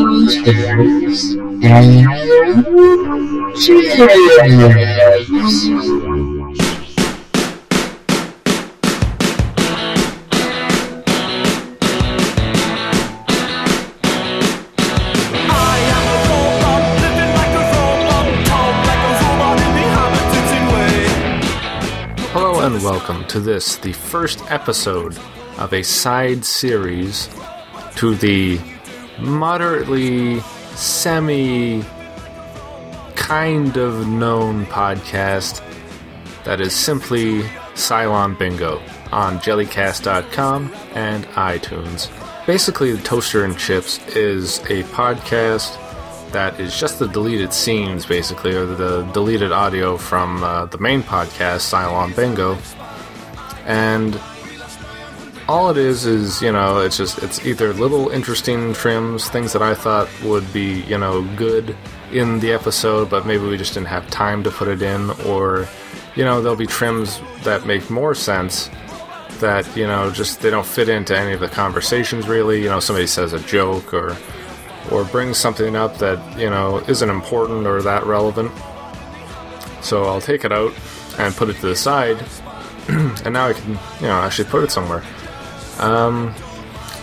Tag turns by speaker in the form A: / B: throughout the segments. A: Toys and Chips.
B: Hello and welcome to this, the first episode of a side series to the moderately semi kind of known podcast that is simply Cylon Bingo on jellycast.com and iTunes. Basically, the Toaster and Chips is a podcast that is just the deleted scenes, basically, or the deleted audio from uh, the main podcast, Cylon Bingo. And all it is is, you know, it's just, it's either little interesting trims, things that I thought would be, you know, good in the episode, but maybe we just didn't have time to put it in, or, you know, there'll be trims that make more sense that, you know, just they don't fit into any of the conversations really. You know, somebody says a joke or or brings something up that you know isn't important or that relevant. So I'll take it out and put it to the side, and now I can you know actually put it somewhere. Um,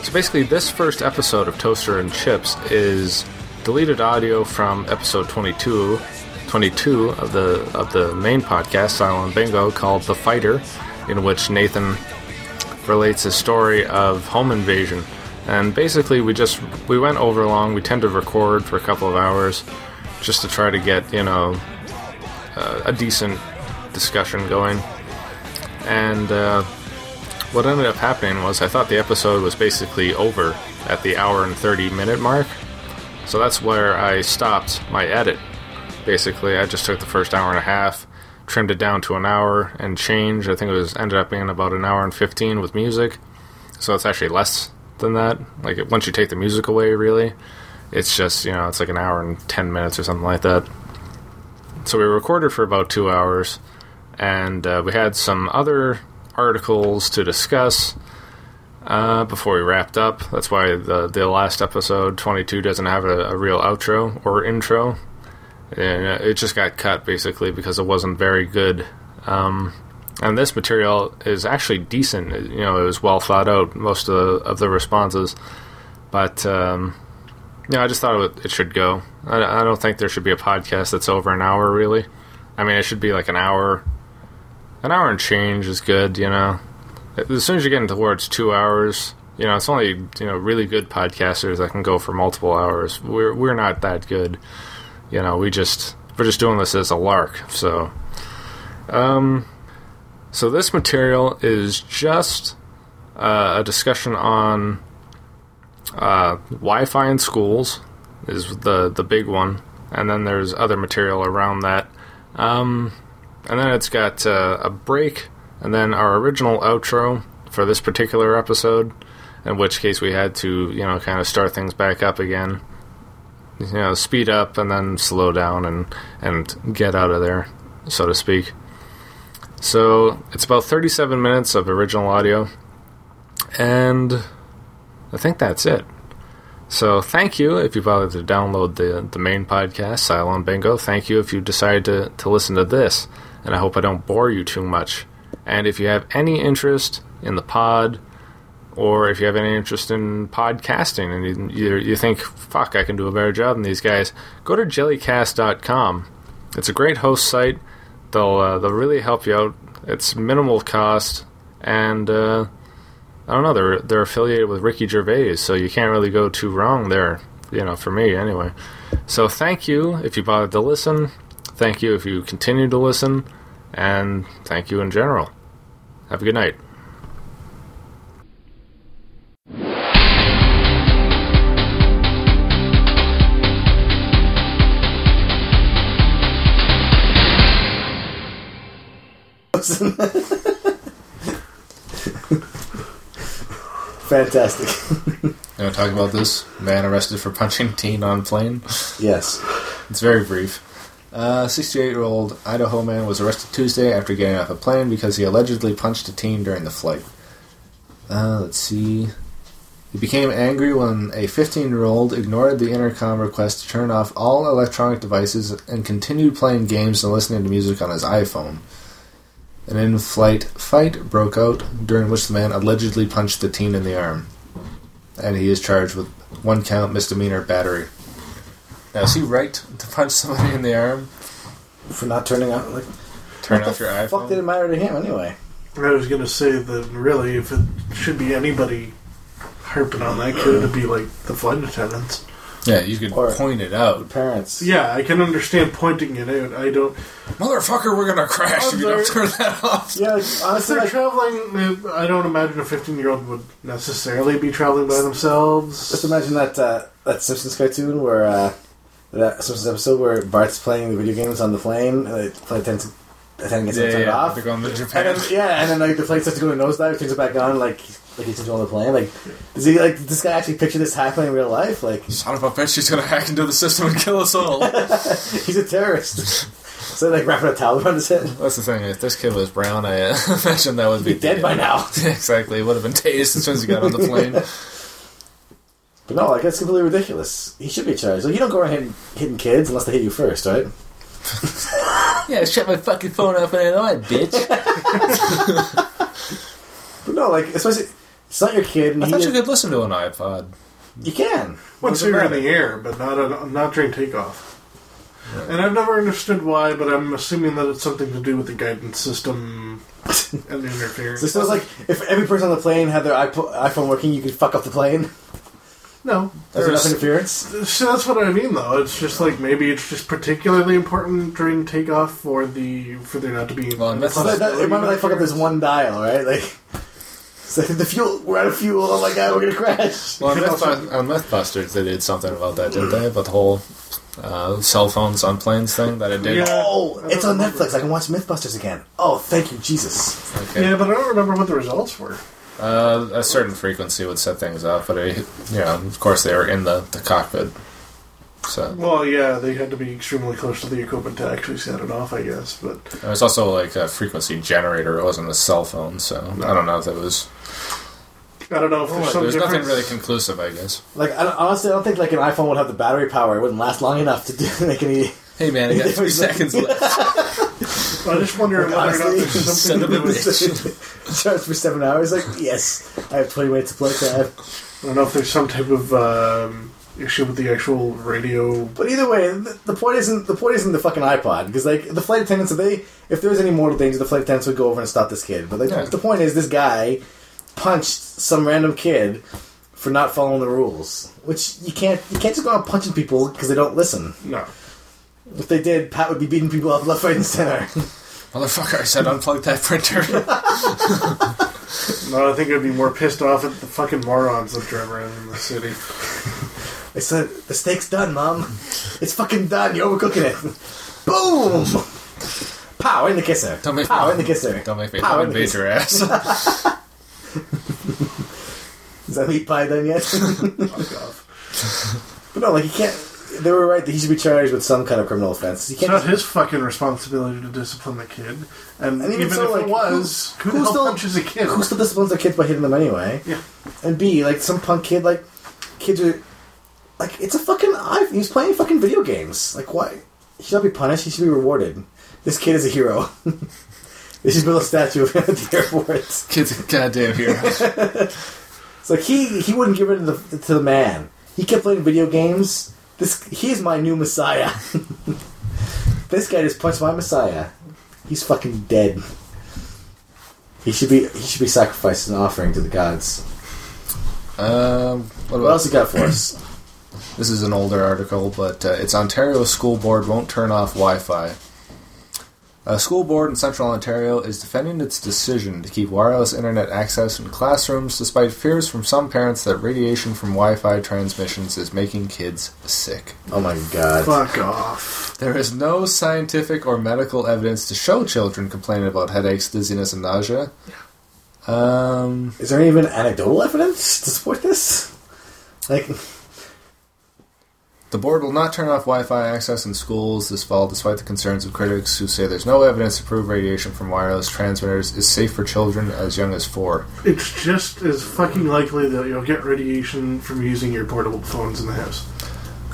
B: so basically, this first episode of Toaster and Chips is deleted audio from episode 22, 22 of the of the main podcast Silent Bingo called "The Fighter," in which Nathan relates a story of home invasion and basically we just we went over long we tend to record for a couple of hours just to try to get you know uh, a decent discussion going and uh, what ended up happening was i thought the episode was basically over at the hour and 30 minute mark so that's where i stopped my edit basically i just took the first hour and a half trimmed it down to an hour and change i think it was ended up being about an hour and 15 with music so it's actually less than that. Like it- once you take the music away, really, it's just you know it's like an hour and ten minutes or something like that. So we recorded for about two hours, and uh, we had some other articles to discuss uh, before we wrapped up. That's why the the last episode twenty two doesn't have a, a real outro or intro, and uh, it just got cut basically because it wasn't very good. Um, and this material is actually decent. It- You know, it was well thought out. Most of the, of the responses, but um, you know, I just thought it, would- it should go. I, I don't think there should be a podcast that's over an hour, really. I mean, it should be like an hour, an hour and change is good. You know, as soon as you're getting towards two hours, you know, it's only you know really good podcasters that can go for multiple hours. We're we're not that good. You know, we just we're just doing this as a lark. So. um, So this material is just uh, a discussion on uh, Wi-Fi in schools is the the big one, and then there's other material around that, um, and then it's got uh, a break, and then our original outro for this particular episode, in which case we had to you know kind of start things back up again, you know speed up and then slow down and and get out of there, so to speak. So it's about 37 minutes of original audio, and I think that's it. So thank you if you bothered to download the the main podcast, Cylon Bingo. Thank you if you decided to, to listen to this, and I hope I don't bore you too much. And if you have any interest in the pod, or if you have any interest in podcasting and you, you, you think, fuck, I can do a better job than these guys, go to jellycast.com. It's a great host site. They'll, uh, they'll really help you out. It's minimal cost, and uh, I don't know, they're, they're affiliated with Ricky Gervais, so you can't really go too wrong there, you know, for me anyway. So thank you if you bothered to listen. Thank you if you continue to listen, and thank you in general. Have a good night.
C: Fantastic.
B: You want to talk about this man arrested for punching teen on plane?
C: Yes.
B: It's very brief. Uh, 68-year-old Idaho man was arrested Tuesday after getting off a plane because he allegedly punched a teen during the flight. Uh, let's see.
C: He became angry when Um, a 15 year old ignored the intercom request to turn off all electronic devices and continued playing games and listening to music on his iPhone. An in flight fight broke out, during which the man allegedly punched the teen in the arm. And he is charged with one count misdemeanor battery. Now, is he right to punch somebody in the arm?
D: for not turning out. Like,
C: Turn
D: what
C: off
D: the
C: your iPhone?
D: Fuck did it matter to him anyway?
E: I was gonna say that really, if it should be anybody harping on that kid, it'd be like the flight attendants.
C: Yeah, you could
D: Or-
C: point it out.
D: Parents.
E: Yeah, I can understand pointing it out. I don't.
C: Motherfucker, we're gonna crash if you don't turn that off.
D: Yeah, like,
E: If
D: honestly,
E: they're
D: like,
E: traveling, I don't imagine a 15 year old would necessarily be traveling by
D: just
E: themselves.
D: imagine that uh, that Simpsons cartoon where uh, that Simpsons episode where Bart's playing the video games on the plane and the plane attendant attendant gets it turned off.
C: They're going to Japan.
D: And then, yeah, and then like the plane starts to go in nosedive, turns it back on, like like he's just on the plane. Like, does he like does this guy actually picture this happening in real life? Like,
C: Son of a bitch, she's gonna hack into the system and kill us all.
D: he's a terrorist. so like wrapping a towel around his head,
C: That's the thing. If this kid was brown, I imagine that would be
D: be dead by now.
C: exactly. It would have been tased as soon as he got on the plane.
D: But no, like that's completely ridiculous. He should be charged. Like you don't go around hitting, hitting kids unless they hit you first, right?
C: yeah, shut my fucking phone up and I bitch.
D: But no, like especially it's not your kid. And
C: I
D: he
C: thought you
D: is-
C: could listen to an iPod.
D: you can.
E: Once
C: Doesn't
E: you're in the
C: matter.
E: air, but not on, not during takeoff. And I've never understood why, but I'm assuming that it's something to do with the guidance system and the interference.
D: So it sounds like if every person on the plane had their iPo- iPhone working, you could fuck up the plane.
E: no,
D: There's enough
C: There's-
D: interference.
E: So that's what I mean, though. It's just like maybe it's just particularly important during takeoff for the for there not to be.
C: Well, and that's
D: So that, that, it might like fuck up this one dial, right? Like, it's like the fuel. We're out of fuel. Oh my god, we're gonna crash.
C: Well, uh, on, Mythbusters, on Mythbusters, they did something about that, didn't they? About the whole uh, cell phones on planes thing that it did.
E: Yeah.
D: Oh,
E: I
D: it's
E: don't
D: on
E: remember.
D: Netflix. I can watch MythBusters again. Oh, thank you, Jesus.
C: Okay.
E: Yeah, but I don't remember what the results were.
C: Uh, a certain frequency would set things up, but it, you know, of course, they were in the, the cockpit. So
E: Well, yeah, they had to be extremely close to the equipment to actually set it off, I guess. But
C: it was also like a frequency generator. It wasn't a cell phone, so I don't know if it was.
E: I don't know if there's some
C: There's
E: difference.
C: nothing really conclusive, I guess.
D: Like, I don't, honestly, I don't think like an iPhone would have the battery power. It wouldn't last long enough to do make any.
C: Hey man, I got three seconds left.
E: I just wonder whether or not
D: Honestly,
E: there's
C: Son
E: something to
C: of
E: do
C: a
E: with.
C: bitch.
D: charge for seven hours. Like, yes, I have twenty minutes to play. So I have
E: I don't know if there's some type of um, issue with the actual radio.
D: But either way, the, the point isn't the point isn't the fucking iPod because like the flight attendants, if they if there was any mortal danger, the flight attendants would go over and stop this kid. But like,
C: Yeah.
D: the point is, this guy punched some random kid for not following the rules, which you can't you can't just go out punching people because they don't listen.
E: No,
D: If they did, Pat would be beating people up left, right, and center.
C: Motherfucker, I said unplug that printer.
E: no, I think I'd be more pissed off at the fucking morons that drive around in the city.
D: I said, the steak's done, mom. It's fucking done. You're overcooking it. Boom. Pow in the kisser.
C: Don't make
D: Pow
C: me-
D: in the kisser.
C: Don't make me
D: Pow in the
C: invade
D: kisser.
C: your ass.
D: Is that meat pie done yet?
E: Fuck off.
D: But no, like he can't. They were right that he should be charged with some kind of criminal offense. He
E: It's
D: can't.
E: not
D: Just,
E: his fucking responsibility to discipline the kid. And,
D: And even
E: even,
D: so,
E: if
D: like,
E: it was, who,
D: who
E: the hell
D: still-
E: punches a kid?
D: who still disciplines their kids by hitting them anyway?
E: Yeah.
D: And B, like some punk kid, like kids are, like it's a fucking. i- He's playing fucking video games. Like why? He should not be punished. He should be rewarded. This kid is a hero. they should build a statue of him at the airport.
C: Kids, are goddamn here.
D: It's like he he wouldn't give in to the to the man. He kept playing video games. This he's my new messiah. this guy just punched my messiah. He's fucking dead. He should be he should be sacrificed as an offering to the gods.
C: Um, what
D: What
C: about
D: else you got for us?
C: This is an older article, but uh, it's Ontario school board won't turn off Wi-Fi. A school board in central Ontario is defending its decision to keep wireless internet access in classrooms despite fears from some parents that radiation from Wi-Fi transmissions is making kids sick.
D: Oh my god.
E: Fuck off.
C: There is no scientific or medical evidence to show children complaining about headaches, dizziness, and nausea. Um,
D: Is there even anecdotal evidence to support this? Like
C: The board will not turn off Wi Fi access in schools this fall, despite the concerns of critics who say there's no evidence to prove radiation from wireless transmitters is safe for children as young as four.
E: It's just as fucking likely that you'll get radiation from using your portable phones in the house.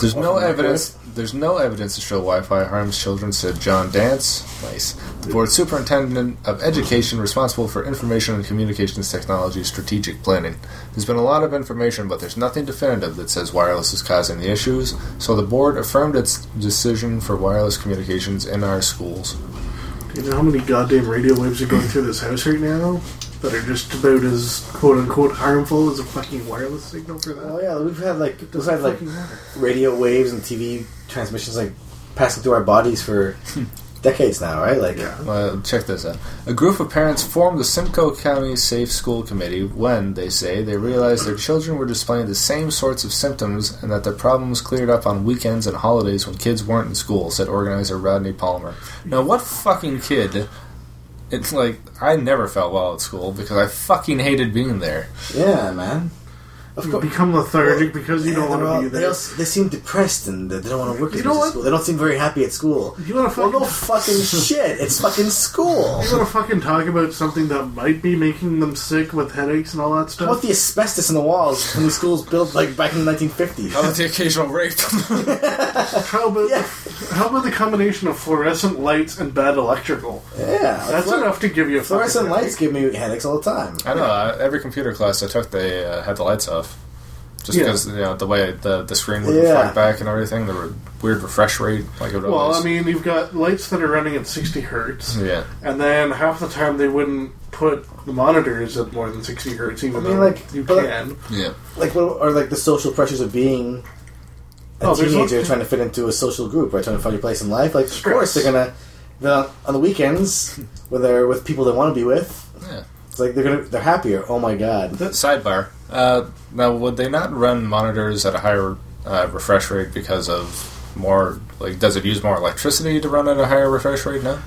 C: There's no
D: Welcome back,
C: evidence. There's no evidence to show Wi-Fi harms children," said John Dance. Nice. The board superintendent of education, responsible for information and communications technology strategic planning. There's been a lot of information, but there's nothing definitive that says wireless is causing the issues. So the board affirmed its decision for wireless communications in our schools.
E: Do you know how many goddamn radio waves are going through this house right now that are just about as quote unquote harmful as a fucking wireless signal for
D: Oh
E: that?
D: yeah, we've had like we've had like
E: Fucking matter.
D: radio waves and TV transmissions like passing through our bodies for decades now, right? Like
E: Yeah.
C: Well, check this out. A group of parents formed the Simcoe County Safe School Committee when, they say, they realized their children were displaying the same sorts of symptoms and that the problems cleared up on weekends and holidays when kids weren't in school, said organizer Rodney Palmer. Now, what fucking kid? It's like, I never felt well at school because I fucking hated being there.
D: yeah, man. Of
E: You
D: course.
E: become lethargic because you
D: Yeah,
E: don't
D: they're all-
E: want to be
D: they,
E: there.
D: also- they seem depressed and they don't want to work as
E: You
D: much
E: know
D: at
E: what?
D: school. They don't seem very happy at school.
E: You want to
D: Well,
E: fucking
D: no fucking shit. It's fucking school.
E: You want to fucking talk about something that might be making them sick with headaches and all that
D: How about
E: stuff?
D: the asbestos in the walls when the schools built like back in the 1950s?
C: How
E: Oh.
C: about the occasional rape?
E: How about,
D: Yeah.
E: how about the combination of fluorescent lights and bad electrical?
D: Yeah,
E: That's
D: fluor-
E: enough to give you a fucking
D: Fluorescent
E: headache.
D: lights give me headaches all the time.
C: I know, uh, every computer class I took, they uh, had the lights off. Just
E: Yeah.
C: because, you know, the way the, the screen would
D: Yeah.
C: reflect back and everything, the re- weird refresh rate. like it would
E: Well,
C: always-
E: I mean, you've got lights that are running at 60 hertz,
C: Yeah.
E: and then half the time they wouldn't put the monitors at more than 60 hertz, even
D: I mean,
E: though
D: like,
E: you
D: but-
E: can.
C: Yeah.
D: Like what or like the social pressures of being a
E: Oh, there's
D: teenager
E: lots-
D: trying to fit into a social group, right? Trying to find your place in life. Like of
E: Stress.
D: course they're gonna they're on the weekends when they're with people they want to be with.
C: Yeah.
D: It's like they're gonna they're happier. Oh my god.
C: Sidebar. Uh, now, would they not run monitors at a higher uh, refresh rate because of more, like, does it use more electricity to run at a higher refresh rate now?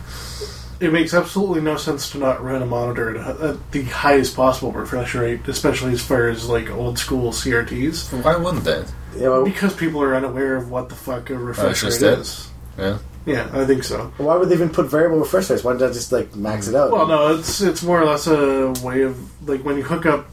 E: It makes absolutely no sense to not run a monitor at, at the highest possible refresh rate, especially as far as like old school CRTs,
C: Why wouldn't they?
D: You know,
E: because people are unaware of what the fuck a refresh
C: Oh, just
E: rate
C: it.
E: is.
C: Yeah.
E: Yeah, I think so.
D: why would they even put variable refresh rates? Why did I just like max it out?
E: Well, no, it's it's more or less a way of like when you hook up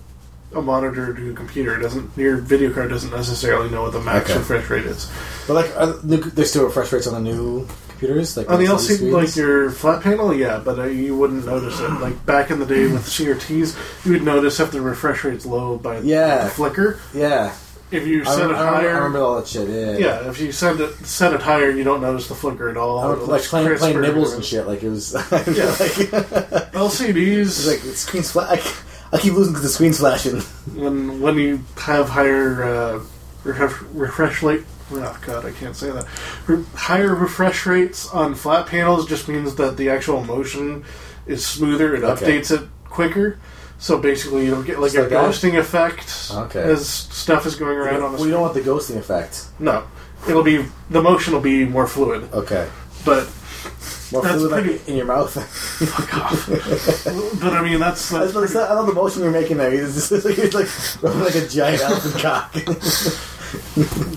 E: a monitor to a computer, it doesn't your video card doesn't necessarily know what the max
D: Okay.
E: refresh rate is.
D: But like are the- there's still refresh rates on the new computers. Like
E: On the
D: LCD
E: LCD,
D: screens?
E: like your flat panel, yeah, but uh, you wouldn't notice it. Like back in the day with CRTs, you would notice if the refresh rate's low by
D: Yeah.
E: the flicker.
D: yeah.
E: If you
D: I
E: set it
D: remember, I
E: higher,
D: remember all that shit. Yeah.
E: yeah, if you set it set it higher, you don't notice the flicker at all.
D: I
E: It
D: was like
E: looks
D: playing, playing
E: crisper.
D: nibbles and shit. Like it was, like,
E: Yeah.
D: it's
E: LCDs,
D: like the screen's fla- I, c- I keep losing because the screen's flashing.
E: when when you have higher uh, refresh, refresh rate. Oh god, I can't say that. Re- higher refresh rates on flat panels just means that the actual motion is smoother. It
D: Okay.
E: updates it quicker. So basically, you don't get like
D: Just
E: a
D: like that?
E: ghosting effect
D: Okay.
E: as stuff is going around on a
D: we don't want the ghosting effect.
E: No, it'll be the motion will be more fluid,
D: Okay,
E: but
D: more
E: That's
D: fluid like,
E: pretty-
D: in your mouth. That's
E: fuck off. but I mean, that's that's
D: what it's
E: pretty-
D: not, I love the motion you're making there. It's just like, it's like rubbing like a giant elephant cock.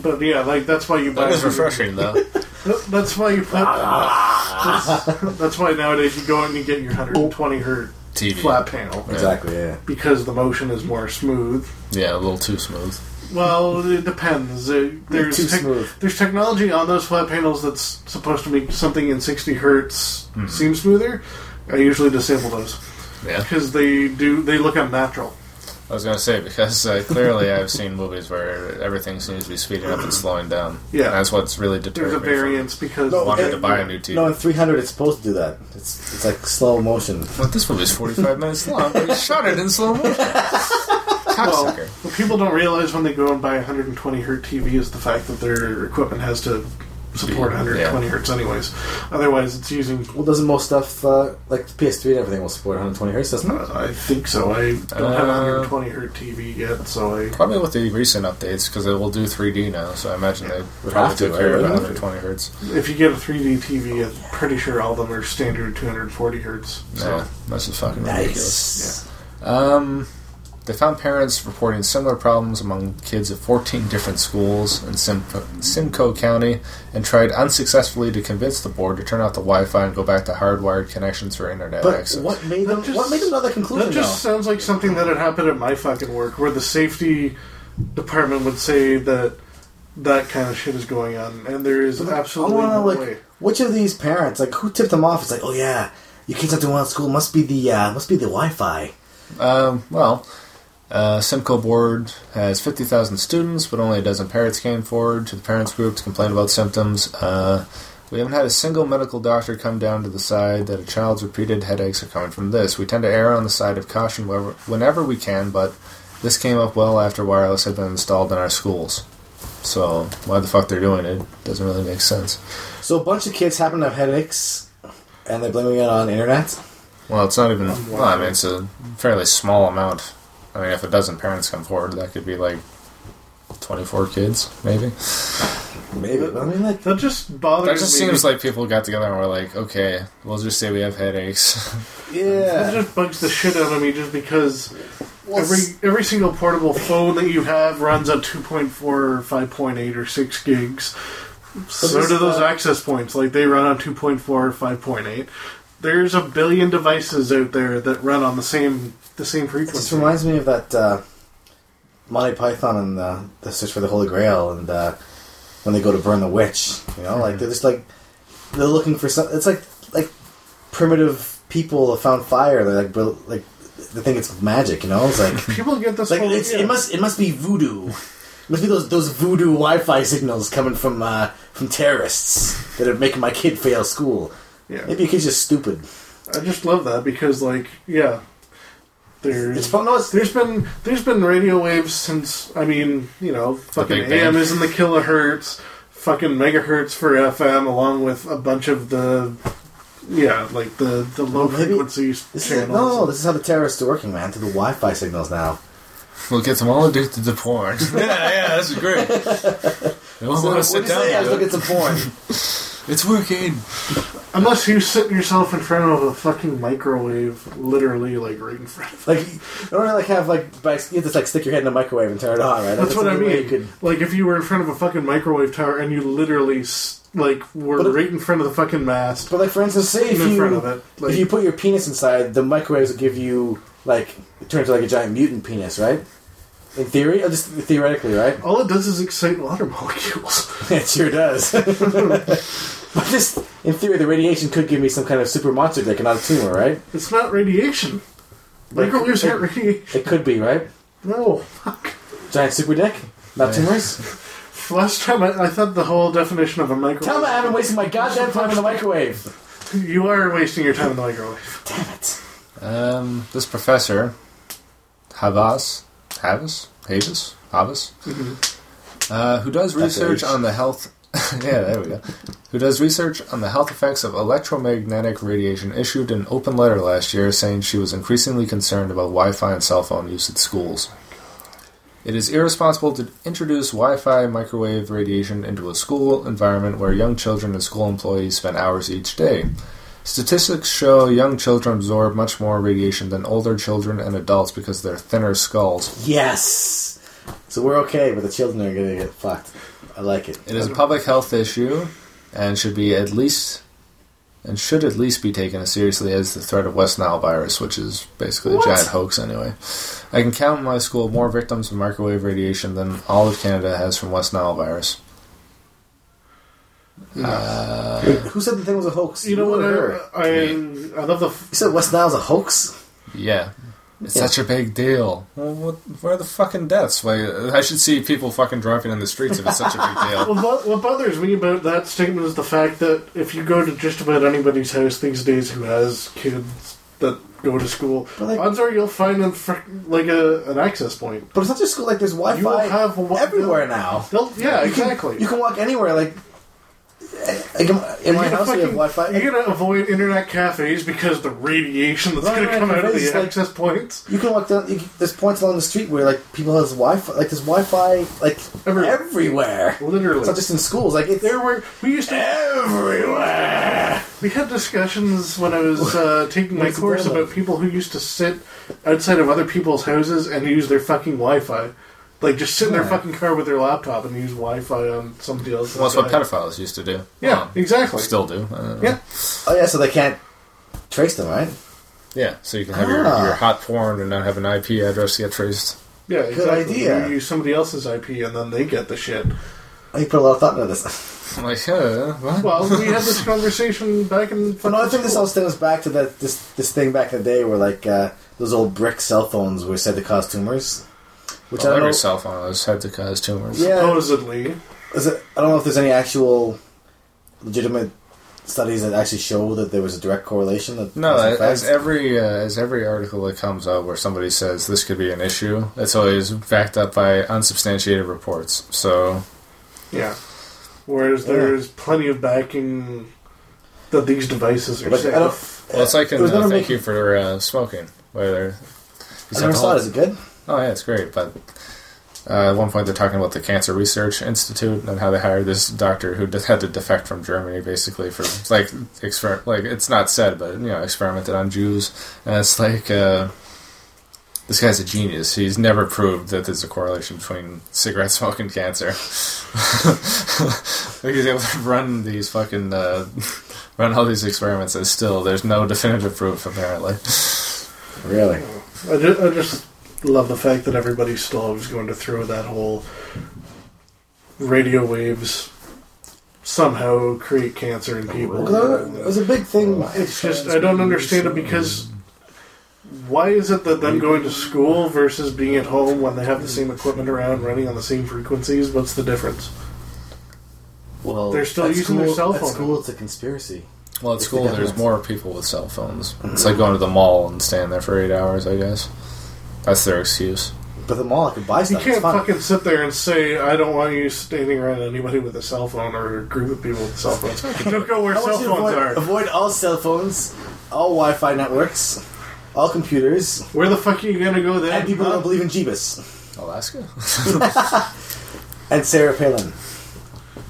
E: but yeah, like that's why you buy
C: That is
E: your-
C: refreshing, though.
E: Th- That's why you put. that's, that's why nowadays you go out and you get your 120 hertz
C: TV.
E: flat panel
D: exactly. Yeah.
E: because the motion is more smooth.
C: Yeah, a little too smooth.
E: Well, it depends. Uh, There's
D: Too
E: tech-
D: smooth.
E: there's technology on those flat panels that's supposed to make something in 60 hertz
D: Mm-hmm.
E: seem smoother. I usually disable those
C: Yeah.
E: because they do they look unnatural.
C: I was going to say, because uh, clearly I've seen movies where everything seems to be speeding up and slowing down.
E: Yeah.
C: And that's what's really deterring
E: There's a Oh,
C: me from
E: variance because
D: No,
C: wanting
D: it-
C: to buy a new TV.
D: No, in 300 it's supposed to do that. It's it's like slow motion.
C: Well, this movie's 45 minutes long, but he shot it in slow motion. Cocksucker.
E: What people don't realize when they go and buy a 120 hertz TV is the fact that their equipment has to support 120 hertz anyways. Otherwise, it's using.
D: Well, doesn't most stuff uh, like the PS3 and everything will support 120 hertz? Doesn't it?
E: I think so. I don't have a
C: Uh,
E: 120 hertz TV yet, so I.
C: Probably with the recent updates, because it will do 3D now, so I imagine they
D: Would
C: probably
D: have to,
C: took care of
D: right?
C: 120 hertz.
E: If you get a 3D TV, I'm pretty sure all of them are standard 240 hertz. So
C: So, that's just fucking ridiculous.
D: Nice.
C: Um, They found parents reporting similar problems among kids at 14 different schools in Simcoe, Simcoe County and tried unsuccessfully to convince the board to turn off the Wi Fi and go back to hardwired connections for internet
D: But
C: access.
D: what made them?
E: That just-
D: what made them another conclusion?
E: That just
D: though?
E: sounds like something that had happened at my fucking work, where the safety department would say that that kind of shit is going on, and there is absolutely
D: I wanna
E: no
D: know, like,
E: way.
D: which of these parents, like, who tipped them off? It's like, oh yeah, your kids not doing well at school. Must be the uh, must be the Wi-Fi.
C: Um, well, uh, Simcoe Board has 50,000 students, but only a dozen parents came forward to the parents group to complain about symptoms. Uh, we haven't had a single medical doctor come down to the side that a child's repeated headaches are coming from this. We tend to err on the side of caution wherever, whenever we can, but this came up well after wireless had been installed in our schools. So why the fuck they're doing it doesn't really make sense.
D: So a bunch of kids happen to have headaches, and they're blaming it on the internet.
C: Well, it's not even. Well, I mean, it's a fairly small amount. I mean, if a dozen parents come forward, that could be like twenty-four kids, maybe.
D: Maybe. But I mean, like,
E: That just bothers
C: That just
E: me.
C: seems like people got together and were like, "Okay, we'll just say we have headaches."
E: That
D: yeah.
E: just bugs the shit out of me, just because
D: Well, s-
E: every every single portable phone that you have runs at 2.4 or 5.8 or 6 gigs. So
D: this,
E: do those
D: uh,
E: access points. Like they run on 2.4 or 5.8. There's a billion devices out there that run on the same the same
D: It just
E: frequency.
D: reminds me of that uh, Monty Python and uh, the Search for the Holy Grail, and uh, when they go to burn the witch, you know, like they're just like they're looking for some. It's like like primitive people have found fire. They're like bro- like they think it's magic, you know. It's like
E: People get this
D: like
E: whole
D: it's, it
E: idea.
D: must it must be voodoo. It must be those those voodoo Wi-Fi signals coming from uh, from terrorists that are making my kid fail school.
E: Yeah.
D: Maybe your kid's just stupid.
E: I just love that because, like, yeah,
D: It's
E: there's
D: fun. No, it's,
E: there's been there's been radio waves since I mean, you know, fucking
C: Big Bang.
E: AM is in the kilohertz, fucking megahertz for FM, along with a bunch of the yeah, like the the low
D: maybe-
E: frequency
D: this is,
E: channels.
D: no, this is how the terrorists are working, man, through the Wi-Fi signals now.
C: we'll get them all addicted to porn. yeah, yeah, this is great. They won't want to sit down.
D: Yeah,
C: to
D: look at
C: it.
D: some porn.
C: It's working.
E: Unless you sit yourself in front of a fucking microwave, literally like right in front. of
D: like, you don't really like have like by, you just like stick your head in the microwave and turn it on, right?
E: That's what
D: the
E: I
D: only way
E: mean.
D: You could,
E: Like if you were in front of a fucking microwave tower and you literally s- like were
D: But it-
E: right in front of the fucking mast.
D: but like for instance, say if
E: in
D: you
E: front of it, like-
D: if you put your penis inside, the microwaves will give you like it turns into like a giant mutant penis, right? In theory, or just theoretically, right?
E: All it does is excite water molecules.
D: it sure does. but just in theory, the radiation could give me some kind of super monster dick and not a tumor, right?
E: It's not radiation.
D: Like-
E: Microwaves aren't radiation.
D: It could be, right?
E: No.
D: Giant super dick, not tumors.
E: Last time I, I thought the whole definition of a microwave.
D: Tell me I haven't wasted my goddamn time in the microwave.
E: You are wasting your time in the microwave.
D: Damn it.
C: Um, this professor, Havas, Havas, Havas, Havas, uh, who does
D: That's
C: research
D: H.
C: on the health. yeah, there we go. Who does research on the health effects of electromagnetic radiation? Issued an open letter last year saying she was increasingly concerned about Wi-Fi and cell phone use at schools. It is irresponsible to introduce Wi Fi microwave radiation into a school environment where young children and school employees spend hours each day. Statistics show young children absorb much more radiation than older children and adults because of their thinner skulls.
D: Yes. So we're okay, but the children are gonna get fucked. I like it.
C: It is a public health issue and should be at least and should at least be taken as seriously as the threat of West Nile virus, which is basically
D: What?
C: a giant hoax anyway. I can count in my school more victims of microwave radiation than all of Canada has from West Nile virus.
D: Who said the thing was a hoax?
E: You know
D: or
E: what?
D: her?
E: I, I, I love the. F-
D: You said West Nile's a hoax?
C: Yeah. It's
D: Yeah.
C: such a big deal. Well, what, where are the fucking deaths? Like, I should see people fucking dropping in the streets if it's such a big deal.
E: what, bo- what bothers me about that statement is the fact that if you go to just about anybody's house these days who has kids that go to school,
D: But like-
E: odds are you'll find them frick like a, an access point.
D: But it's not just school, like there's Wi
E: You will
D: Fi
E: have Wi-
D: everywhere now.
E: They'll, yeah,
D: You can-
E: exactly.
D: You can walk anywhere, like. eh, like in my
E: You're
D: house,
E: gonna
D: we have Wi Fi.
E: fucking- You're gonna avoid internet cafes because the radiation that's
D: Right,
E: gonna
D: right,
E: come out of
D: it's
E: the
D: like-
E: access points.
D: You can walk down. You, can- there's points along the street where like people has Wi-Fi. Like there's Wi-Fi like
E: Everywhere.
D: everywhere. It's
E: Literally,
D: not just in schools. Like it's
E: there were we used to
D: everywhere.
E: We had discussions when I was uh, taking my
D: What's the
E: course
D: problem?
E: about people who used to sit outside of other people's houses and use their fucking Wi-Fi, like just sit in their
C: Yeah.
E: fucking car with their laptop and use Wi-Fi on somebody else's.
C: Well, that's what
E: guy.
C: pedophiles used to do.
E: Yeah,
C: Well,
E: exactly.
C: still do. Uh, I don't know.
E: Yeah.
D: Oh yeah, so they can't trace them, right?
C: yeah. So you can have your,
D: Ah.
C: your hot porn and not have an IP address get traced.
E: Yeah, exactly.
D: idea.
E: You use somebody else's IP and then they get the shit.
D: Oh, you put a lot of thought into this.
C: I'm like, yeah, what?
E: Well, we had this conversation back in.
D: But no, I think this all stems back to that this this thing back in the day where like uh, those old brick cell phones were said to cause tumors. Which
C: Well,
D: I
C: every
D: don't know.
C: cell phone was had to cause tumors.
D: Yeah,
E: supposedly.
D: is it, I don't know if there's any actual legitimate studies that actually show that there was a direct correlation. That
C: No,
D: was in
C: as, as
D: fact-
C: every uh, as every article that comes out where somebody says this could be an issue, it's always backed up by unsubstantiated reports. So
E: Yeah. Whereas there's plenty of backing that these devices are
D: But I
E: safe.
D: don't-
C: well, it's like in,
D: It was
C: uh,
D: never
C: thank
D: making-
C: you for uh, smoking. Where they're-
D: I never saw it. Is it good?
C: Oh yeah, it's great. But uh, at one point, they're talking about the Cancer Research Institute and how they hired this doctor who just had to defect from Germany, basically for like exper- like it's not said, but you know, experimented on Jews, and it's like. Uh, this guy's a genius. He's never proved that there's a correlation between cigarette smoke and cancer. like he's able to run these fucking uh, run all these experiments, and still there's no definitive proof apparently.
D: Really?
E: I, just, I just love the fact that everybody's still always going to throw that whole radio waves somehow create cancer in people.
D: Well, it was a big thing.
E: It's just I don't understand it because why is it that them going to school versus being at home when they have the same equipment around running on the same frequencies? What's the difference?
D: Well,
E: They're still
D: at
E: using
D: school,
E: their cell
D: At
E: phone.
D: school, it's a conspiracy.
C: Well, at
D: It's
C: school,
D: the
C: there's
D: government.
C: more people with cell phones. It's like going to the mall and staying there for eight hours, I guess. That's their excuse.
D: But the mall, I could buy
E: You
D: stuff.
E: can't
D: it's fun.
E: fucking sit there and say I don't want you standing around anybody with a cell phone or a group of people with cell phones. don't go where
D: I
E: cell
D: want you to
E: phones
D: avoid,
E: are.
D: avoid all cell phones, all Wi-Fi networks, all computers,
E: Where the fuck are you gonna go then?
D: and people who
E: huh?
D: don't believe in Jeebus
C: Alaska?
D: and Sarah Palin.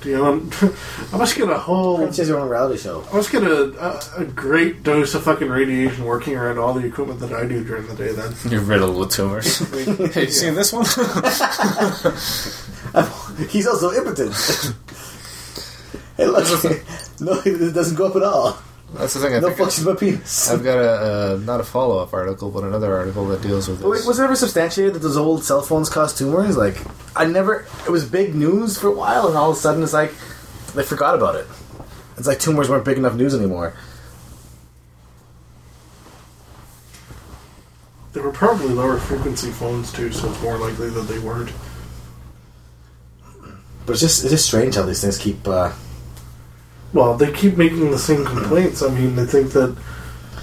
E: Damn, I'm- I must get a whole.
D: She has her own reality show.
E: I must get a, a, uh, a great dose of fucking radiation working around all the equipment that I do during the day. Then
C: You're riddled with tumors.
E: Like,
C: hey, you seen this one?
D: He's also impotent. hey, look, no, it doesn't go up at all.
C: That's the thing. I
D: No
C: think
D: fucks but penis.
C: I've got a, uh, not a follow up article, but another article that deals with
D: Wait,
C: this.
D: was it ever substantiated that those old cell phones caused tumors? Like, I never. It was big news for a while, and all of a sudden, it's like they forgot about it. It's like tumors weren't big enough news anymore.
E: they were probably lower frequency phones too, so it's more likely that they weren't.
D: But it's just it's just strange how these things keep. Uh,
E: Well, they keep making the same complaints. I mean, they think that.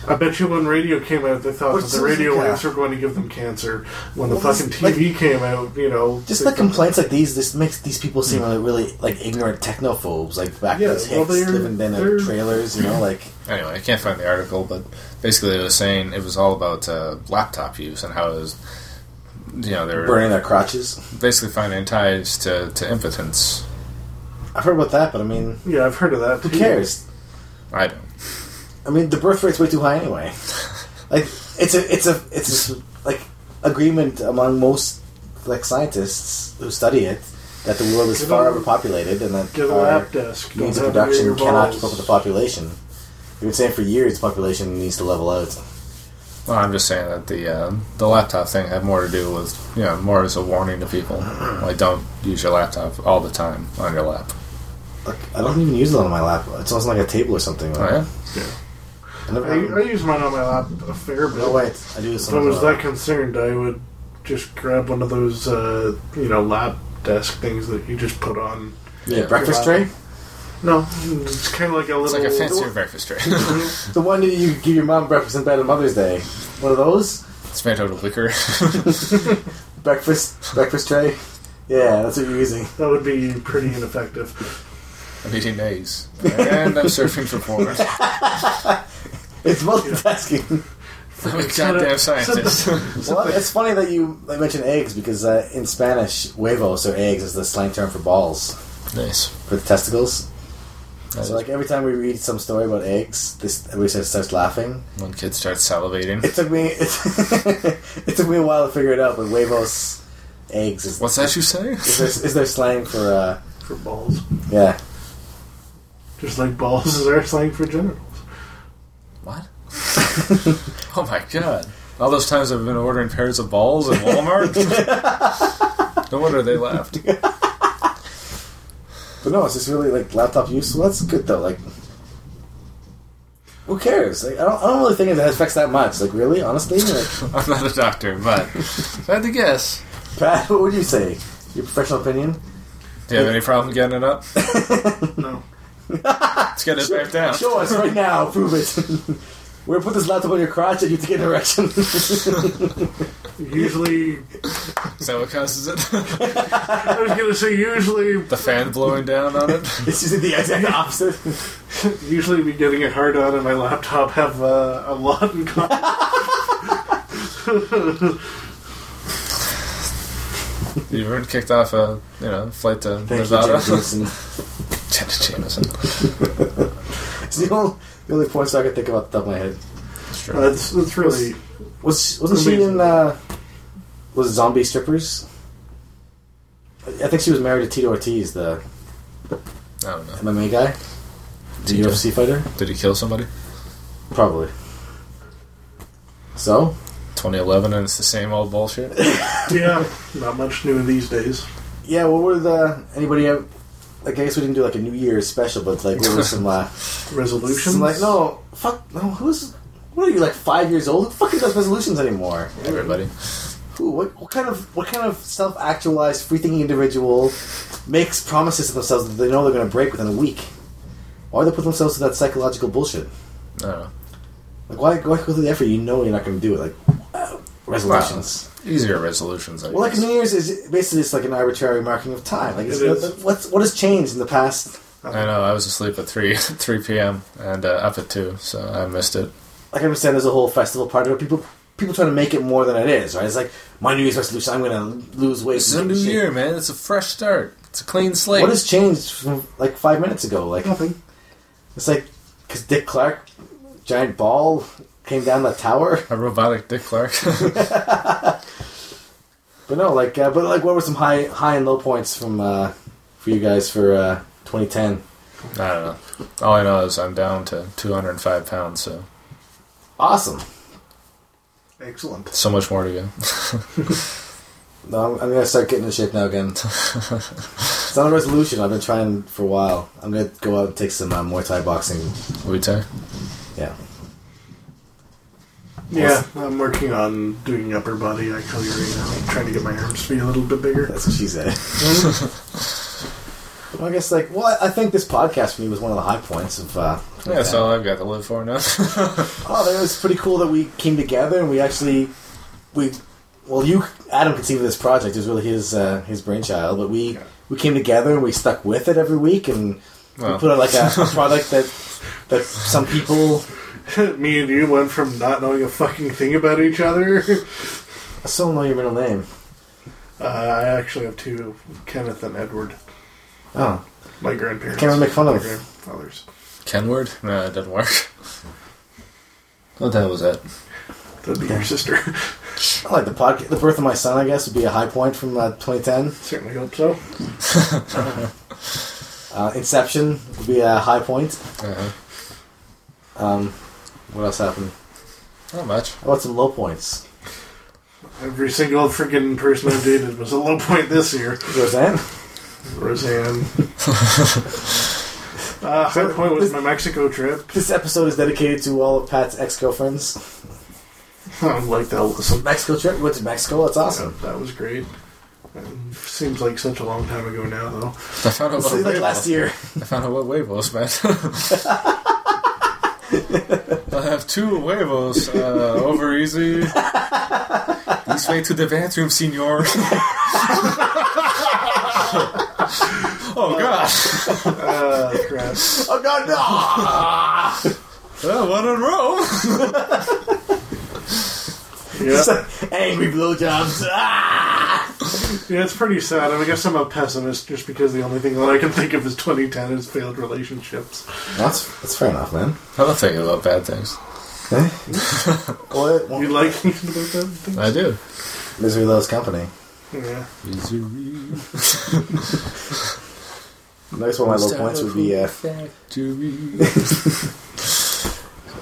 E: I bet you when radio came out, they thought
D: What's
E: that the
D: this-
E: radio
D: yeah.
E: waves were going to give them cancer. When the
D: Well, this-
E: fucking TV came out, you know,
D: just
E: they-
D: the complaints like these. This makes these people seem like really like ignorant technophobes. Like back
E: Yeah,
D: those
E: well,
D: hicks
E: they're-
D: living in
E: they're-
D: their trailers. You know, like
C: anyway, I can't find the article, but basically it was saying it was all about uh, laptop use and how it was, you know, they were
D: burning their crotches.
C: basically finding ties to, to impotence.
D: I've heard about that, but I mean,
E: yeah, I've heard of that.
D: who
E: too.
D: cares?
C: I don't.
D: I mean, the birth rate's way too high anyway. Like it's a it's a it's just like agreement among most like scientists who study it that the world is
E: Get
D: far
E: a-
D: overpopulated and that
E: Get a
D: our
E: lap desk. Don't
D: Uh, means of
E: have it near
D: production
E: your
D: cannot
E: balls.
D: keep up with the population. We've been saying for years the population needs to level out.
C: Well, I'm just saying that the uh, the laptop thing had more to do with you know more as a warning to people, like don't use your laptop all the time on your lap.
D: Like, I don't even use it on my lap. It's almost like a table or something.
C: Oh, yeah?
D: I never,
E: I, I use mine on my lap a fair bit.
D: no wait, I do this.
E: If
D: on
E: I
D: my
E: was
D: lap.
E: that concerned, I would just grab one of those, uh, you know, lap desk things that you just put on.
D: yeah, breakfast tray,
E: No, it's kind of like a little.
C: It's like a fancier breakfast tray.
D: the one that you give your mom breakfast in bed on Mother's Day. One of those.
C: it's made out of liquor.
D: breakfast breakfast tray. Yeah, that's what you're using.
E: That would be pretty ineffective.
C: I'm eating eggs and I'm surfing for porn.
D: It's multitasking.
C: I'm a goddamn scientist.
D: well, it's funny that you I mentioned eggs because uh, in Spanish, huevos or eggs is the slang term for balls
C: nice.
D: for the testicles. So like every time we read some story about eggs, this everybody says- starts laughing.
C: When kids start salivating.
D: It took me it, took me a while to figure it out, but huevos eggs is
C: What's that you say?
D: is there, is there slang for uh
E: for balls.
D: yeah
E: Just like balls is our slang for genitals.
C: What? oh my god. All those times I've been ordering pairs of balls at Walmart. no wonder they left.
D: But no, it's just really like laptop use. Well, that's good though. Like, who cares? Like, I don't. I don't really think it affects that much. Like, really, honestly. Like,
C: I'm not a doctor, but if I had to guess.
D: Pat, what would you say? Your professional opinion?
C: Do you have any problem getting it up?
E: No.
C: Let's get it back down.
D: Show us right now. Prove it. We're gonna put this laptop on your crotch and you have to get an erection.
E: Usually,
C: Is that what causes it?
E: I was gonna say usually,
C: the fan blowing down on it?
D: it's usually the exact opposite.
E: usually me getting a hard on and my laptop have uh, a lot in common.
C: You ever kicked off a you know flight to
D: Thank you, Jim
C: Nevada?
D: Jameson.
C: James Jameson.
D: It's the only, the only points I can think of off the top of my head.
C: That's true.
E: That's that's really
D: Was wasn't she
E: Amazing.
D: in? Uh, was it zombie strippers? I I think she was married to Tito Ortiz, the
C: I don't know.
D: MMA guy, the
C: Tito.
D: UFC fighter.
C: Did he kill somebody?
D: Probably. So?
C: 2011, and it's the same old bullshit.
E: yeah. Not much new these days.
D: Yeah, what were the anybody have like I guess we didn't do like a New Year's special, but like what were some uh
E: Resolutions.
D: some like no fuck no who's what are you like five years old? Who fucking does resolutions anymore?
C: Everybody.
D: Who what, what kind of what kind of self actualized free thinking individual makes promises to themselves that they know they're gonna break within a week? Why do they put themselves to that psychological bullshit?
C: I don't know.
D: Like why, why go through the effort you know you're not gonna do it? Like uh, resolutions.
C: Easier resolutions. I
D: Well, like
C: guess.
D: New Year's is basically just like an arbitrary marking of time. Like, it's,
E: It is.
D: what's what has changed in the past?
C: I know. I was asleep at three three p.m. and uh, up at two, so I missed it.
D: Like, I understand there's a whole festival part of it. People people trying to make it more than it is, right? It's like my New Year's resolution: I'm going to lose weight.
C: It's
D: and
C: a new
D: get in shape.
C: year, man. It's a fresh start. It's a clean slate.
D: What has changed from like five minutes ago? Like,
E: Nothing.
D: it's like because Dick Clark, giant ball, came down the tower.
C: a robotic Dick Clark?
D: But no, like, uh, but like, what were some high high and low points from uh, for you guys for uh, 2010?
C: I don't know. All I know is I'm down to 205 pounds, so
D: Awesome.
E: Excellent.
C: so much more to go.
D: No, I'm, I'm gonna start getting in shape now again. it's not a resolution. I've been trying for a while. I'm gonna go out and take some uh, Muay Thai boxing.
C: Wu Tang.
D: Yeah,
E: Yeah, I'm working on doing upper body actually right now. I'm trying to get my arms to be a little bit bigger.
D: that's what she said. well, I guess like well, I think this podcast for me was one of the high points of. Uh,
C: Yeah, that's all I've got to live for now.
D: Oh, that was pretty cool that we came together and we actually we well you Adam conceived of this project. It was really his uh, his brainchild, but we we came together and we stuck with it every week and we
C: Well.
D: put out like a, a product that that some people
E: Me and you went from not knowing a fucking thing about each other.
D: I still don't know your middle name.
E: Uh, I actually have two, Kenneth and Edward.
D: Oh,
E: My grandparents.
D: Can't really make fun
E: my
D: of.
E: grandfathers.
C: Kenward? No, it doesn't work. What the hell was that?
E: That'd be your sister.
D: I like the podcast. The birth of my son, I guess, would be a high point from uh, 2010.
E: Certainly hope so.
D: Uh, Inception would be a high point.
C: Uh-huh.
D: Um, what else happened?
C: Not much.
D: How about some low points?
E: Every single freaking person I dated was a low point this year.
D: Roseanne?
E: Roseanne. Uh, high point was my Mexico trip.
D: This episode is dedicated to all of Pat's ex girlfriends.
E: I would like that listen.
D: Mexico trip? Went to Mexico? That's awesome.
E: That was great. Um, Seems like such a long time ago now, though.
C: I found out
D: It's
C: what
D: like
C: Weibo-
D: last year.
C: I found out what Weibo's meant. I'll have two Weibo's. Uh, over easy. This way to the bathroom, senor. oh, God.
E: Uh, crap.
D: Oh, God, no!
C: Well, one in a row.
E: Yeah.
D: Angry blowjobs. Ah!
E: Yeah, it's pretty sad. I, mean, I guess I'm a pessimist just because the only thing that I can think of is 2010 is failed relationships.
D: That's that's fair enough, man.
C: I'm not thinking about bad things.
D: Okay. well, it
E: You
D: won't-
E: like thinking about that? Thing?
C: I do.
D: misery loves company.
E: Yeah.
D: The next one of my low points would be uh,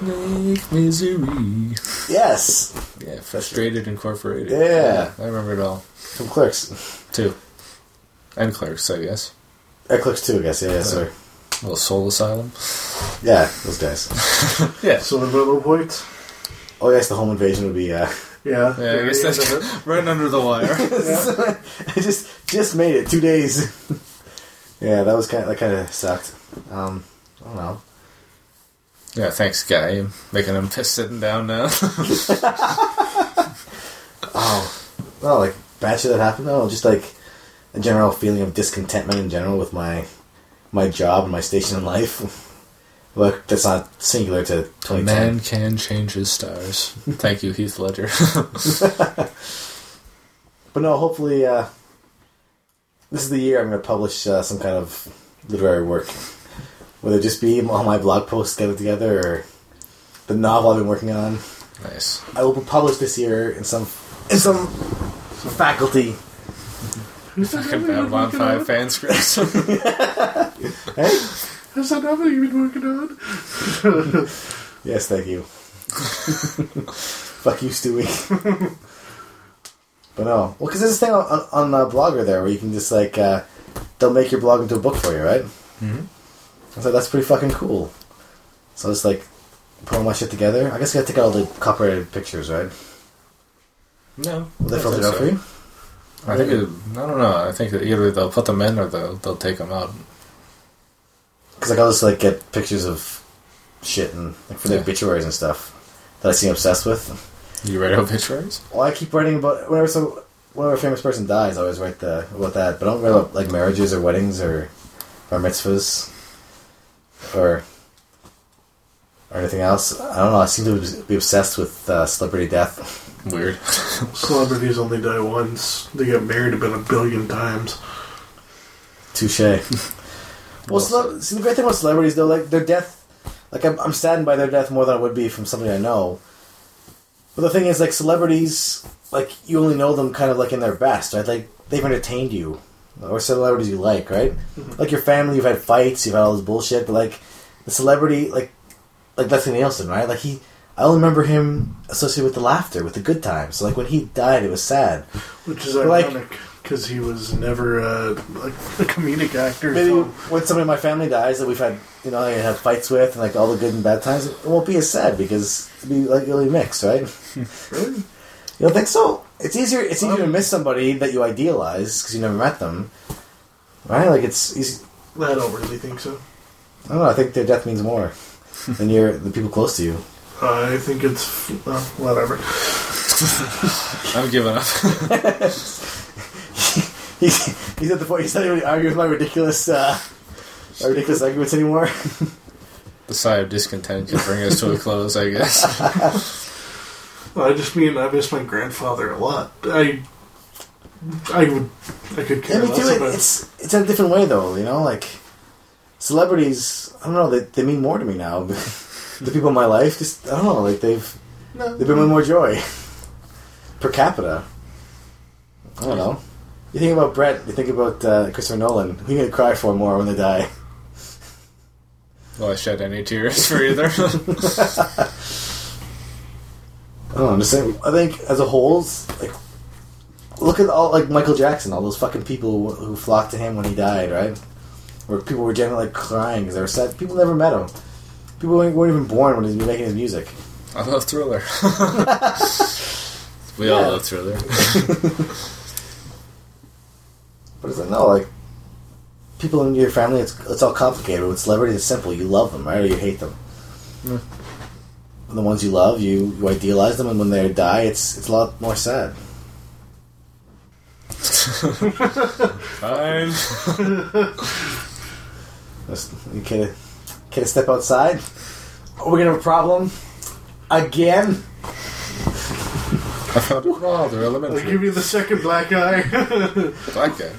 C: Make misery.
D: yes,
C: Yeah, Frustrated Incorporated.
D: Yeah.
C: I remember it all.
D: from Clerks.
C: Two. And Clerks, I guess.
D: Uh, Clerks too, I guess. Yeah, yeah, sorry.
C: Little Soul Asylum.
D: Yeah, those guys.
C: Yeah.
E: So the little points.
D: Oh, yes, the home invasion would be. Uh,
E: Yeah.
C: Yeah, I
E: Very
C: guess that's
E: end of it.
C: right under the wire.
D: I just just made it two days. yeah, that was kind. Of, that kind of sucked. Um, I don't know.
C: yeah, thanks, guy. You're Making him piss sitting down now.
D: Oh, well, like bad shit that happened. No, just like a general feeling of discontentment in general with my my job and my station in life. Look, that's not singular to
C: A
D: 2010.
C: man can change his stars. Thank you, Heath Ledger.
D: But no, hopefully, uh, this is the year I'm going to publish uh, some kind of literary work. Whether it just be all my blog posts gathered together or the novel I've been working on,
C: nice.
D: I will publish this year in some in some faculty.
E: Is that novel
C: Fucking
E: you've
C: Bad
E: been
C: Bon
E: working on?
C: Five fan scripts.
D: Hey?
E: Is that novel you've been working on?
D: Yes, thank you. Fuck you, Stewie. but no, well, because there's this thing on, on, on uh, Blogger there where you can just like uh, they'll make your blog into a book for you, right? Mm-hmm. So that's pretty fucking cool. So it's like put all my shit together. I guess you gotta take out all the copyrighted pictures, right?
C: no.
D: Will they
C: I
D: filter it
C: think
D: out
C: so.
D: for you?
C: I think it, I don't know. I think that either they'll put them in or they'll they'll take them out.
D: Because like I'll just like get pictures of shit and like for the
C: Yeah.
D: obituaries and stuff that I seem obsessed with.
C: You write obituaries?
D: Well, I keep writing about whenever some whenever a famous person dies, I always write the about that. But I don't write about like marriages or weddings or or mitzvahs or or anything else. I don't know. I seem to be obsessed with uh, celebrity death.
C: Weird.
E: Celebrities only die once. They get married about a billion times.
D: Touche. well, cele- see, the great thing about celebrities though, like their death, like I'm, I'm saddened by their death more than I would be from somebody I know. But the thing is, like celebrities, like you only know them kind of like in their best, right? Like they've entertained you, or celebrities you like, right? Like your family, you've had fights, you've had all this bullshit, but like the celebrity, like like Leslie Nielsen, right? Like he, I only remember him associated with the laughter, with the good times. So like when he died, it was sad.
E: Which is
D: Like-
E: ironic because he was never uh, like a comedic actor.
D: maybe
E: so-
D: when somebody in my family dies that we've had you know I have fights with and like all the good and bad times it won't be as sad because it'll be like really mixed right
E: Really?
D: you don't think so it's easier it's easier to miss somebody that you idealize because you never met them right like it's easy
E: I don't really think so.
D: I don't know I think their death means more than your the people close to you
E: I think it's well, whatever.
C: I'm giving up.
D: he's, he's at the point he's not even arguing with my ridiculous uh, my ridiculous arguments anymore
C: the sigh of discontent can bring us to a close, I guess.
E: Well, I just mean I miss my grandfather a lot. I, I would, I could
D: Yeah,
E: care
D: me too.
E: less
D: It,
E: about.
D: it's it's in a different way though, you know. Like celebrities, I don't know. They they mean more to me now. the people in my life, just I don't know. Like they've
E: No.
D: they've been with more joy per capita. I don't know. You think about Brett. You think about uh, Christopher Nolan. Who are you gonna cry for more when they die?
C: Will I shed any tears for either?
D: I don't know. I'm just saying. I think as a whole, it's, like look at all like Michael Jackson, all those fucking people who, who flocked to him when he died, right? Where people were generally like crying because they were sad. People never met him. People weren't, weren't even born when he was making his music.
C: I love Thriller. we all
D: Yeah.
C: love Thriller.
D: But it's like no, like people in your family, it's it's all complicated. With celebrities, it's simple. You love them, right, or you hate them. And The ones you love, you, you idealize them, and when they die, it's it's a lot more sad.
C: Fine.
D: Just, you can, can I step outside? Are we gonna have a problem again?
C: I found it raw. They're
E: I'll give
C: elementary.
E: you the second black eye.
C: I like that.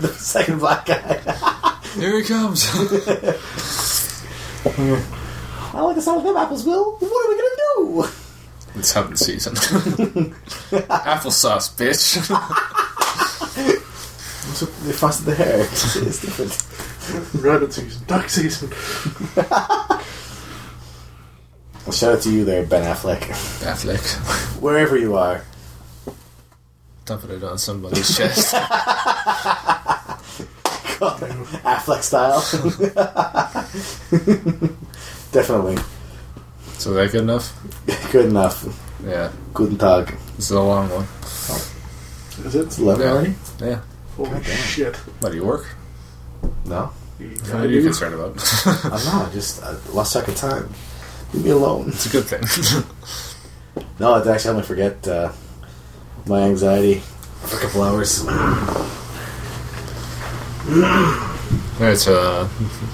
D: the second black guy.
C: Here he comes.
D: I like the sound of them apples, Will. What are we gonna do?
C: it's hunting season. Applesauce, bitch.
D: So they frosted the hair. It's, it's different.
E: Rabbit season, duck season.
D: Well, shout out to you there, Ben Affleck.
C: Affleck.
D: Wherever you are.
C: Dumping it on somebody's chest.
D: Affleck style. Definitely.
C: so that good enough?
D: Good enough.
C: Yeah.
D: Guten Tag.
C: This is a long one.
E: Is it?
D: Eleven
C: Yeah.
D: already?
C: Yeah.
E: Holy shit.
C: What do you work?
D: No.
C: What are you concerned about? it's
D: I'm not. I just I lost track of time. Leave me alone.
C: a good thing.
D: No, it's actually helped me forget uh, my anxiety for a couple hours.
C: All right, so uh,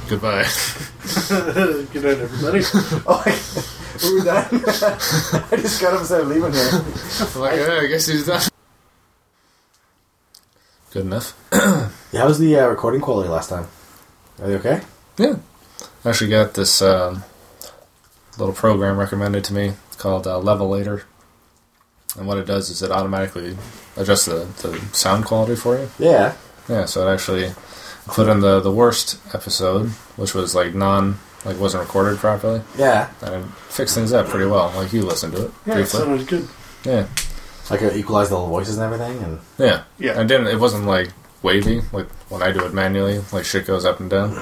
C: goodbye.
E: Good night, everybody.
D: Oh, I, we were done. I just got up and started leaving here.
C: I'm like, "Yeah, I guess he's done. Good enough.
D: Yeah, How was the uh, recording quality last time? Are they okay?
C: Yeah. I actually got this um, little program recommended to me called uh, Levelator. And what it does is it automatically adjusts the, the sound quality for you.
D: Yeah.
C: Yeah, so it actually put in the, the worst episode, which was like non, like wasn't recorded properly.
D: Yeah.
C: And it fixed things up pretty well. Like you listened to it
E: Yeah, it
C: briefly.
E: sounded good.
C: yeah.
D: Like it equalized all the voices and everything, and
C: Yeah.
E: Yeah.
C: And then it wasn't like wavy, like when I do it manually, like shit goes up and down.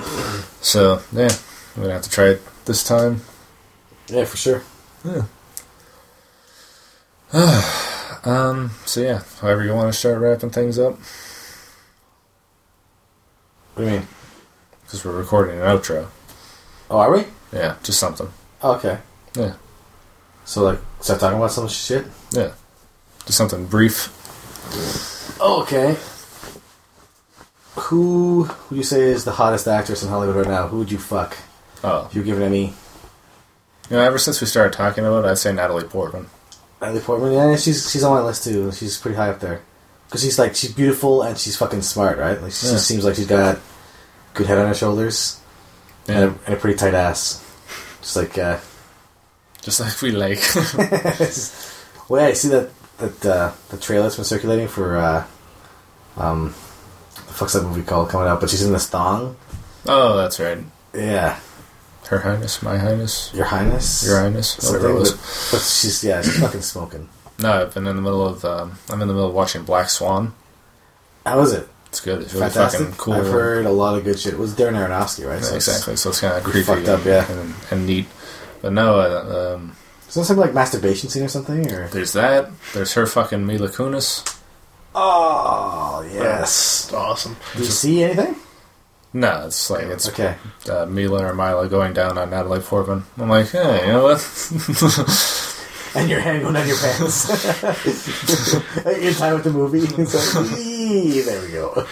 C: So yeah, I'm gonna have to try it this time.
D: yeah, for sure.
C: Um, so yeah, however you want to start wrapping things up,
D: What do you mean?
C: because we're recording an outro.
D: Oh, are we?
C: Yeah, just something.
D: Oh, okay.
C: Yeah,
D: So like, start talking about some shit.
C: yeah, just something brief.
D: Oh, okay. Who would you say is the hottest actress in Hollywood right now? Who would you fuck?
C: Oh,
D: If you were given any
C: you know, ever since we started talking about it, I'd say Natalie Portman.
D: Natalie Portman, yeah, she's she's on my list too. She's pretty high up there because she's like she's beautiful and she's fucking smart, right? Like she
C: Yeah.
D: just seems like she's got good head on her shoulders and,
C: Yeah,
D: a, and a pretty tight ass. Just like, uh,
C: just like we like.
D: well, yeah, I see that that uh, the trailer that's been circulating for uh, um, the fuck's that movie called coming out? But she's in this thong.
C: oh, that's right.
D: Yeah,
C: Her Highness, My Highness,
D: Your Highness.
C: Your Highness, whatever it
D: Something,
C: was.
D: but, but she's yeah, she's fucking smoking.
C: No, I've been in the middle of. Um, I'm in the middle of watching Black Swan.
D: How is it?
C: It's good. It's really
D: Fantastic.
C: fucking cool.
D: I've heard a lot of good shit. It was Darren Aronofsky, right?
C: Yeah,
D: So it's-
C: exactly. So it's kind of creepy
D: fucked up,
C: and,
D: yeah.
C: and, and neat. But no, uh, um,
D: Isn't something like masturbation scene or something? Or
C: there's that. There's her fucking Mila Kunis.
D: oh yes.
E: It's awesome.
D: Did you see anything?
C: No, it's like it's
D: Okay.
C: uh, Mila or Mila going down on Natalie Portman. I'm like, hey, you know what?
D: And your hand going down your pants. in time with the movie. It's like, "Eee," there we go.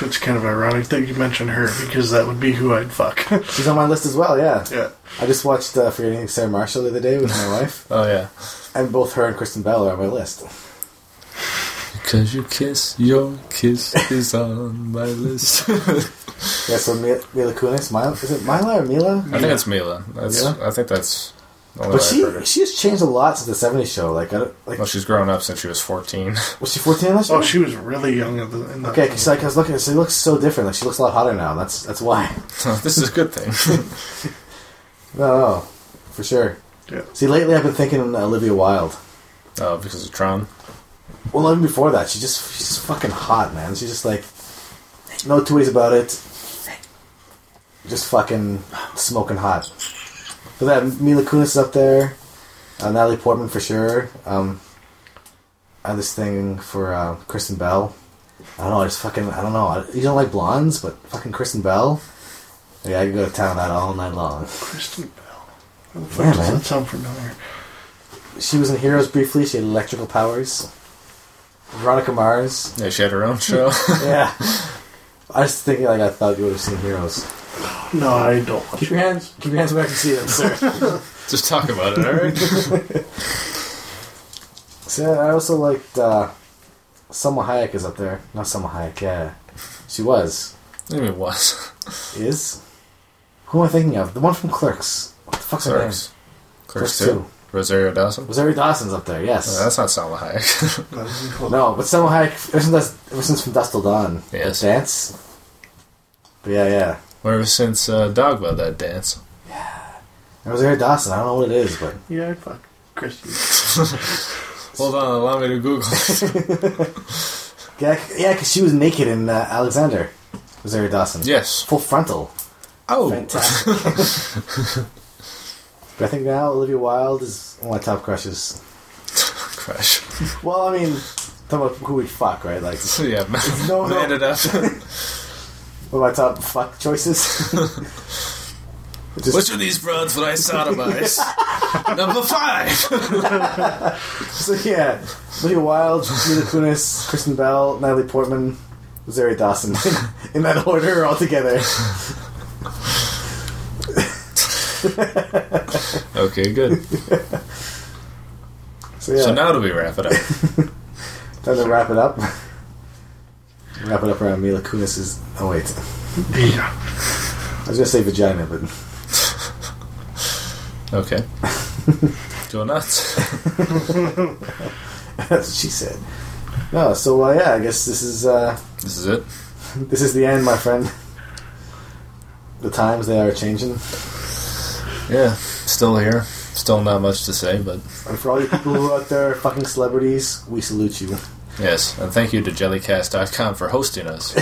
E: It's kind of ironic that you mentioned her because that would be who I'd fuck.
D: She's on my list as well. Yeah.
E: yeah.
D: I just watched uh, Forgetting Sarah Marshall the other day with my wife,
C: oh yeah,
D: and both her and Kristen Bell are on my list.
C: because you kiss, your kiss is on my list.
D: Yeah. So Mi- Mila Kunis, Mila, is it Mila or Mila?
C: I think it's Mila. That's
D: Mila?
C: I think that's. the only
D: But
C: way I've
D: she
C: heard it.
D: she has changed a lot since the '70s show. Like, I don't, like
C: Well, she's grown up since Oh, she was 14.
D: was she 14 last year?
E: Oh, she was really young in the. In the
D: Okay, because like I was looking, she looks so different. Like she looks a lot hotter now. and That's that's why.
C: this is a good thing.
D: No, no, for sure.
E: Yeah.
D: See, lately I've been thinking Olivia Wilde.
C: oh, because of Tron.
D: Well, even before that, she just she's just fucking hot, man. She's just like no two ways about it. Just fucking smoking hot. But that Mila Kunis is up there. Uh, Natalie Portman for sure. Um, I had this thing for uh, Kristen Bell. I don't know. I just fucking I don't know. I, you don't like blondes, but fucking Kristen Bell. Yeah, I could go to town on that all night long.
E: Kristen Bell. How the
D: Yeah,
E: fuck does
D: man.
E: that sound familiar?
D: She was in Heroes briefly. She had electrical powers. Veronica Mars.
C: Yeah, she had her own show.
D: yeah. I was thinking, like, I thought you would have seen Heroes.
E: No, I don't.
D: Keep your hands, keep your hands where I can see them, sir.
C: Just talk about it, all right?
D: So I also liked uh, Selma Hayek is up there. Not Selma Hayek. Yeah, she was.
C: I mean, it was.
D: Is. Who am I thinking of? The one from Clerks. What the fuck's her name?
C: Clerks. Clerks
D: Clerks Oh,
C: 2.
D: two.
C: Rosario Dawson?
D: Rosario Dawson's up there. Yes.
C: No, that's not Salma Hayek.
D: No, but Selma Hayek, ever since, that's, ever since From Dust Till Dawn,
C: Yes.
D: the dance. But yeah, yeah.
C: Or ever since uh, Dogma, that dance.
D: It was Eric Dawson. I don't know what it is, but
E: Yeah, I'd fuck Christy.
C: Hold on, allow me to Google.
D: yeah, c- yeah, because she was naked in uh, Alexander. It was Eric Dawson.
C: yes.
D: full frontal.
C: Oh.
D: Fantastic. but I think now Olivia Wilde is one of my top crushes.
C: Crash.
D: Well, I mean, talking about who we fuck, right? Like
C: So yeah, man,
D: No, no.
C: ended up.
D: one of my top fuck choices. Just-
C: Which of these broads would I sodomize? Number five.
D: So yeah, Olivia Wilde, Mila Kunis, Kristen Bell, Natalie Portman, Zari Dawson, in that order all together.
C: Okay, good.
D: So yeah,
C: So now do we wrap it up?
D: time to wrap it up. wrap it up around Mila Kunis's. Oh wait,
E: Yeah.
D: I was gonna say vagina, but
C: Okay. Do nuts.
D: that's what she said. No, so uh, yeah, I guess this is uh,
C: This is it.
D: this is the end, my friend. The times they are changing,
C: Yeah, still here. Still not much to say, but
D: and for all you people who are out there, fucking celebrities, we salute you.
C: yes. And thank you to Jellycast.com for hosting us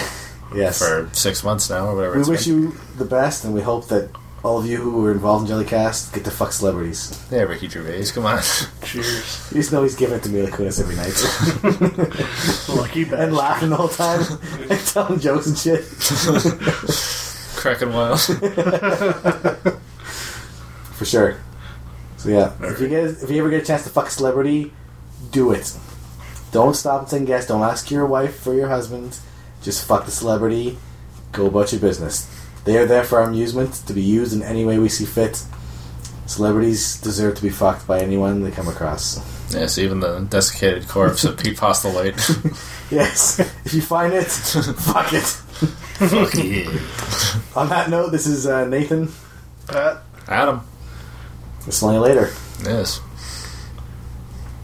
D: Yes.
C: for six months now or whatever.
D: We
C: it's
D: wish
C: been.
D: you the best, and we hope that all of you who were involved in Jellycast get to fuck celebrities.
C: Yeah, Ricky Gervais. Come on.
E: Cheers.
D: You just know he's giving it to Mila Kunis every night
E: Lucky bastard.
D: and laughing the whole time and telling jokes and shit.
C: Cracking wild.
D: For sure. So yeah, if you guys, if you ever get a chance to fuck a celebrity, do it. Don't stop and second guess. Don't ask your wife or your husband. Just fuck the celebrity. Go about your business. They are there for our amusement, to be used in any way we see fit. Celebrities deserve to be fucked by anyone they come across.
C: yes, even the desiccated corpse of Pete Postlewaite.
D: Yes. If you find it, fuck it.
C: Fuck yeah.
D: On that note, this is uh, Nathan.
E: Pat.
C: Adam.
D: We'll see you later.
C: Yes.